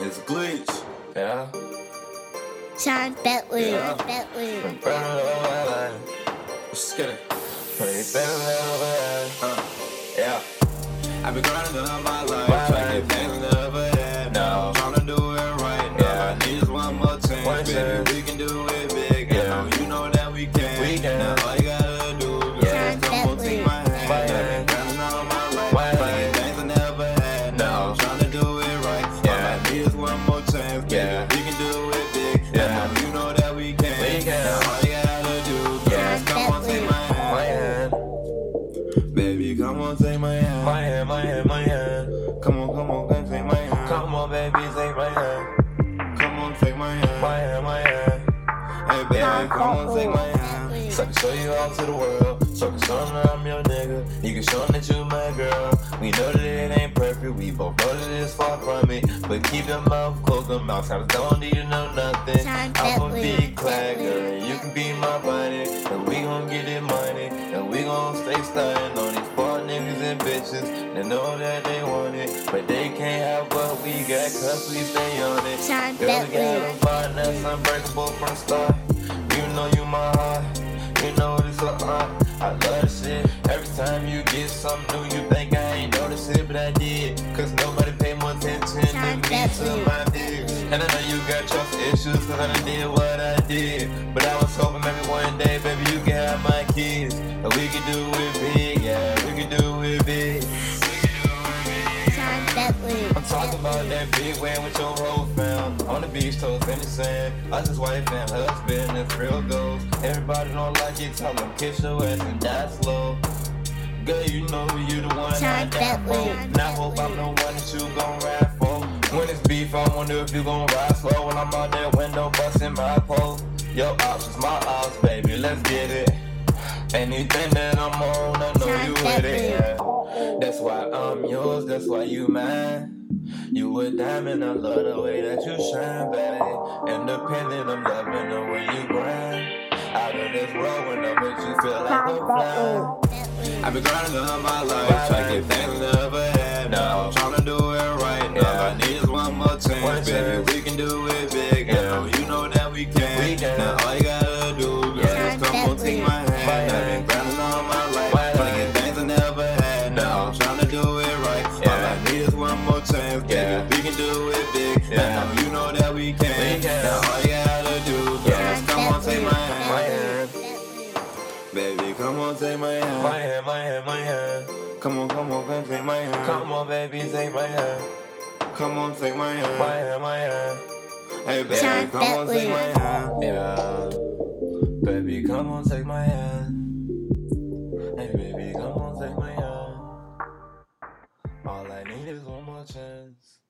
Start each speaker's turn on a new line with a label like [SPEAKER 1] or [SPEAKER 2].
[SPEAKER 1] It's glitch.
[SPEAKER 2] Yeah.
[SPEAKER 3] Sean Bentley.
[SPEAKER 1] Yeah.
[SPEAKER 3] Sean Bentley.
[SPEAKER 1] Let's get it. Uh,
[SPEAKER 2] Yeah.
[SPEAKER 1] I've been grinding all my life, trying to get back to never had.
[SPEAKER 2] No.
[SPEAKER 1] Trying to do it right now.
[SPEAKER 2] Yeah.
[SPEAKER 1] I need just one more chance,
[SPEAKER 2] One
[SPEAKER 1] baby.
[SPEAKER 2] chance.
[SPEAKER 1] We can do it big.
[SPEAKER 2] Yeah.
[SPEAKER 1] I know you know that we can.
[SPEAKER 2] We can.
[SPEAKER 1] Now all you gotta do, girl,
[SPEAKER 2] Yeah.
[SPEAKER 1] is come on, take my hand.
[SPEAKER 2] My
[SPEAKER 1] I've been
[SPEAKER 2] hand.
[SPEAKER 1] grinding all my life,
[SPEAKER 2] My
[SPEAKER 1] trying
[SPEAKER 2] hand.
[SPEAKER 1] to get back to never had. Now
[SPEAKER 2] No.
[SPEAKER 1] I'm trying to do it right.
[SPEAKER 2] Yeah.
[SPEAKER 1] All I need is one more chance, baby.
[SPEAKER 2] Yeah.
[SPEAKER 1] We can do it big.
[SPEAKER 2] Yeah.
[SPEAKER 1] I know you know that we can.
[SPEAKER 2] We can.
[SPEAKER 1] Now all you gotta do, girl,
[SPEAKER 2] Yeah.
[SPEAKER 1] is come on, take my hand.
[SPEAKER 2] My hand.
[SPEAKER 1] Baby, come on, take my hand.
[SPEAKER 2] My hand, my hand, my hand.
[SPEAKER 1] Come on, come on, come take my hand. Come,
[SPEAKER 2] Come on, baby, take my hand.
[SPEAKER 1] on, take my hand.
[SPEAKER 2] My hand, my hand.
[SPEAKER 1] Hey, baby,
[SPEAKER 2] Yeah.
[SPEAKER 1] come on, take my hand.
[SPEAKER 3] Bentley.
[SPEAKER 2] So I can show you all to the world. So I can show 'em that I'm your nigga. You can show 'em that you my girl. We know that it ain't perfect. We both know that it's far from it. But keep your mouth closed, your mouth shut. I don't need to know nothing.
[SPEAKER 3] Time
[SPEAKER 2] I'm a
[SPEAKER 3] that
[SPEAKER 2] big
[SPEAKER 3] we-
[SPEAKER 2] clacker, and you can be my buddy. And we gon' get it money. And we gon' stay stunning on these poor niggas and bitches. They know that they want it. But they can't have what we got, cause we stay on it.
[SPEAKER 3] Time
[SPEAKER 2] Girl,
[SPEAKER 3] that
[SPEAKER 2] we got
[SPEAKER 3] we-
[SPEAKER 2] a bond that's unbreakable from the start. You know you my heart, you know it's a heart. I love shit. Every time you get something new, you think I ain't notice it, but I did. Cause nobody paid more attention
[SPEAKER 3] Time
[SPEAKER 2] to me
[SPEAKER 3] that
[SPEAKER 2] to
[SPEAKER 3] we-
[SPEAKER 2] my dick. And I know you got trust issues, cause I done did what I did. But I was hoping maybe one day, baby, you can have my kids. And we can do it big, yeah, we can do it big.
[SPEAKER 3] Sean Bentley.
[SPEAKER 2] I'm talking about that big win with your whole fam. On the beach, toes in the sand. I just wife and husband, it's real goals. Everybody don't like it, tell them kiss your ass and die slow. Girl, you know you the one I
[SPEAKER 3] Time
[SPEAKER 2] die
[SPEAKER 3] that
[SPEAKER 2] for.
[SPEAKER 3] way.
[SPEAKER 2] And I hope I'm the one that you gon' ride for. When it's beef, I wonder if you gon' ride slow. When I'm out that window busting my pole. Your options, my odds, baby, let's get it. Anything that I'm on, I know
[SPEAKER 3] Time
[SPEAKER 2] you
[SPEAKER 3] that
[SPEAKER 2] with it.
[SPEAKER 3] way.
[SPEAKER 2] yeah. That's why I'm yours, that's why you mine. You a diamond, I love the way that you shine, babe. Independent, I'm loving the way you grind. Out of this world when I'm with you, feel like I'm flying.
[SPEAKER 3] Bentley.
[SPEAKER 1] I've been grinding all my life, trying to get things I never had. Now I'm trying to do it right. Now
[SPEAKER 2] Yeah.
[SPEAKER 1] I need is one more chance,
[SPEAKER 2] One
[SPEAKER 1] baby.
[SPEAKER 2] chance.
[SPEAKER 1] We can do it big.
[SPEAKER 2] Yeah.
[SPEAKER 1] I know you know that we can.
[SPEAKER 2] We can.
[SPEAKER 1] Now all you gotta do, girl,
[SPEAKER 2] Yeah.
[SPEAKER 1] is come on, take my
[SPEAKER 2] My
[SPEAKER 1] hand. I've been
[SPEAKER 2] hand.
[SPEAKER 1] grinding all my life,
[SPEAKER 2] My
[SPEAKER 1] trying to get things I never had. Now I'm trying to do it right. All I
[SPEAKER 2] Yeah.
[SPEAKER 1] need is one more chance, baby.
[SPEAKER 2] Yeah.
[SPEAKER 1] We can do it big.
[SPEAKER 2] Yeah.
[SPEAKER 1] I know you know that we can.
[SPEAKER 2] We can.
[SPEAKER 1] Now all you gotta do, girl,
[SPEAKER 2] Yeah.
[SPEAKER 1] is come on, take my hand.
[SPEAKER 2] My hand.
[SPEAKER 1] Baby, come on, take my hand.
[SPEAKER 2] My hand, my hand, my hand.
[SPEAKER 1] Come on, come on, come take my hand.
[SPEAKER 2] Come on, baby, take my hand.
[SPEAKER 1] Come on, take my hand.
[SPEAKER 2] My hand, my hand.
[SPEAKER 1] Hey, baby,
[SPEAKER 3] Time
[SPEAKER 1] come on,
[SPEAKER 3] that
[SPEAKER 1] take
[SPEAKER 3] we-
[SPEAKER 1] my hand.
[SPEAKER 2] Yeah. Baby, come on, take my hand. Hey, baby, come on, take my hand. All I need is one more chance.